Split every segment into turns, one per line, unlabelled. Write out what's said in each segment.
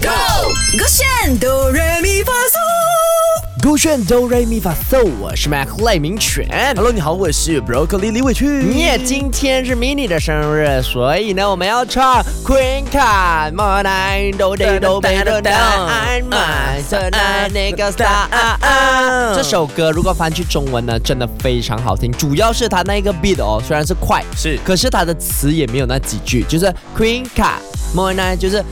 Go！勾选哆来咪发嗦，
勾选哆瑞咪发嗦，我是 Mac 赖明全。
Hello，你好，我是 Broccoli 李伟俊。
你也今天是 mini 的生日，所以呢，我们要唱 Queen Card More Night Do Day Do Day Do Day I'm My Tonight Nigga Star。这啊首歌如果翻去中文呢，真的非常好听。主要是它那个 beat 哦，虽然是快，
是
可是它的词也没有那几句，就是 Queen Card More Night，就是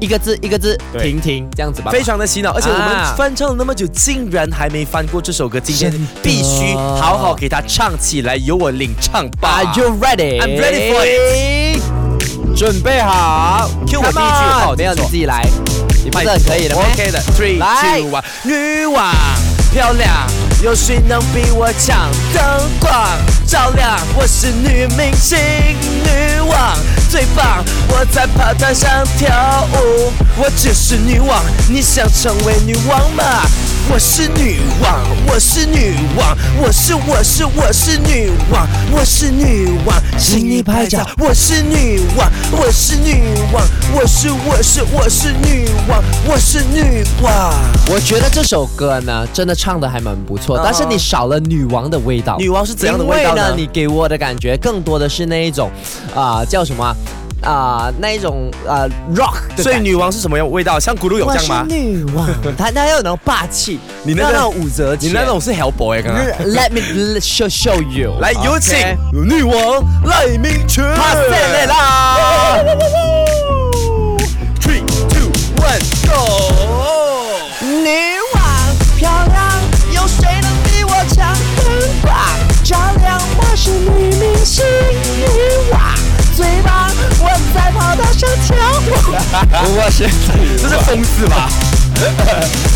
一个字一个字
对
停停这样子吧。
啊非常的洗脑，而且我
啊
们翻唱了那么久，竟然还没翻过这首歌，今天
真的
必须好好给它唱起来，由我领唱吧。
Are you ready?
I'm ready for
it. 准备好
Cue 我
Come
第一句哦
on 没有
记
你
错
自己来，你不是很可以的吗
哎 OK 的，three
来
two one，女王漂亮，有谁能比我强？灯光照亮，我是女明星，女王最棒，我在跑道上跳舞，我就是女王，你想成为女王吗？我是女王，我是女王，我是我是我是女王，我是女王，请你拍照。我是女王，我是女王，我是我是我是女王，我是女王。
我觉得这首歌呢，真的唱的还蛮不错，
嗯
但是你少了女王的味道。
女王是怎样的味道
因为
呢
呢，你给我的感觉更多的是那一种，啊、叫什么啊？啊那一种啊 rock 的感觉。
所以女王是什么样味道？像咕噜有
我
这样
是
吗？
女王，她她要有那种霸气，
你那个
要种武则
你
天，
那种是 hell boy 刚刚。
Let me show show you，
来，有请
OK
女王赖明全。
帕塞雷拉。
Three two one go。
女王漂亮，有谁能比我强？灯光照亮，我是女明星，女王最棒，我在跑道上跳舞。我是，
这是疯子吧？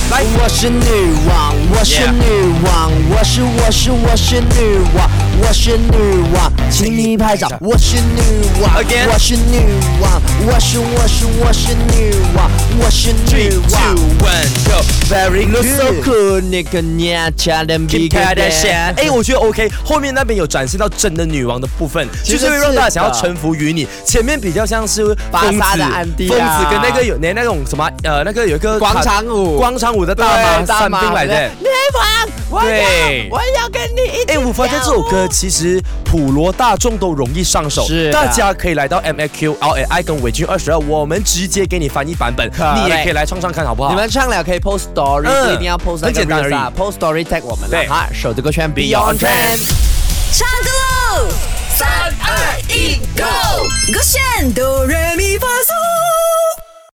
来，我是女王，我是
Yeah
女王，我是我是我是女王，我是女王，请你拍照。我是女王
Again
我是女王，我是我是我是女王，我是
Three
女
two
王。
one go。Very
Look so
good。
cool，那个娘家的
Kim
big
Kardashian，哎，我觉得 OK，后面那边有展现到真的女王的部分，
其
就
实
是会让
是
大家想要
的
臣服于你。前面比较像是
巴
疯子
萨的安迪
疯
啊
子跟那个有那那种什么呃，那个有一个
广场舞
广场舞的大妈三兵来的。
女王，我
对
要，我要跟你一起。
哎，我发现这首歌，其实普罗大众都容易上手，
是的
大家可以来到 M A Q L A I 跟伟俊二十二，我们直接给你翻译版本，
Correct
你也可以来唱唱看，好不好？
你们唱了可以 post story，
嗯
不一定要 post 那
很
个
简单
reels 啊
而
post story tag 我们
对
了哈，手这个圈
Beyond
Beyond Trend
Trend。
唱歌喽！三二一，Go！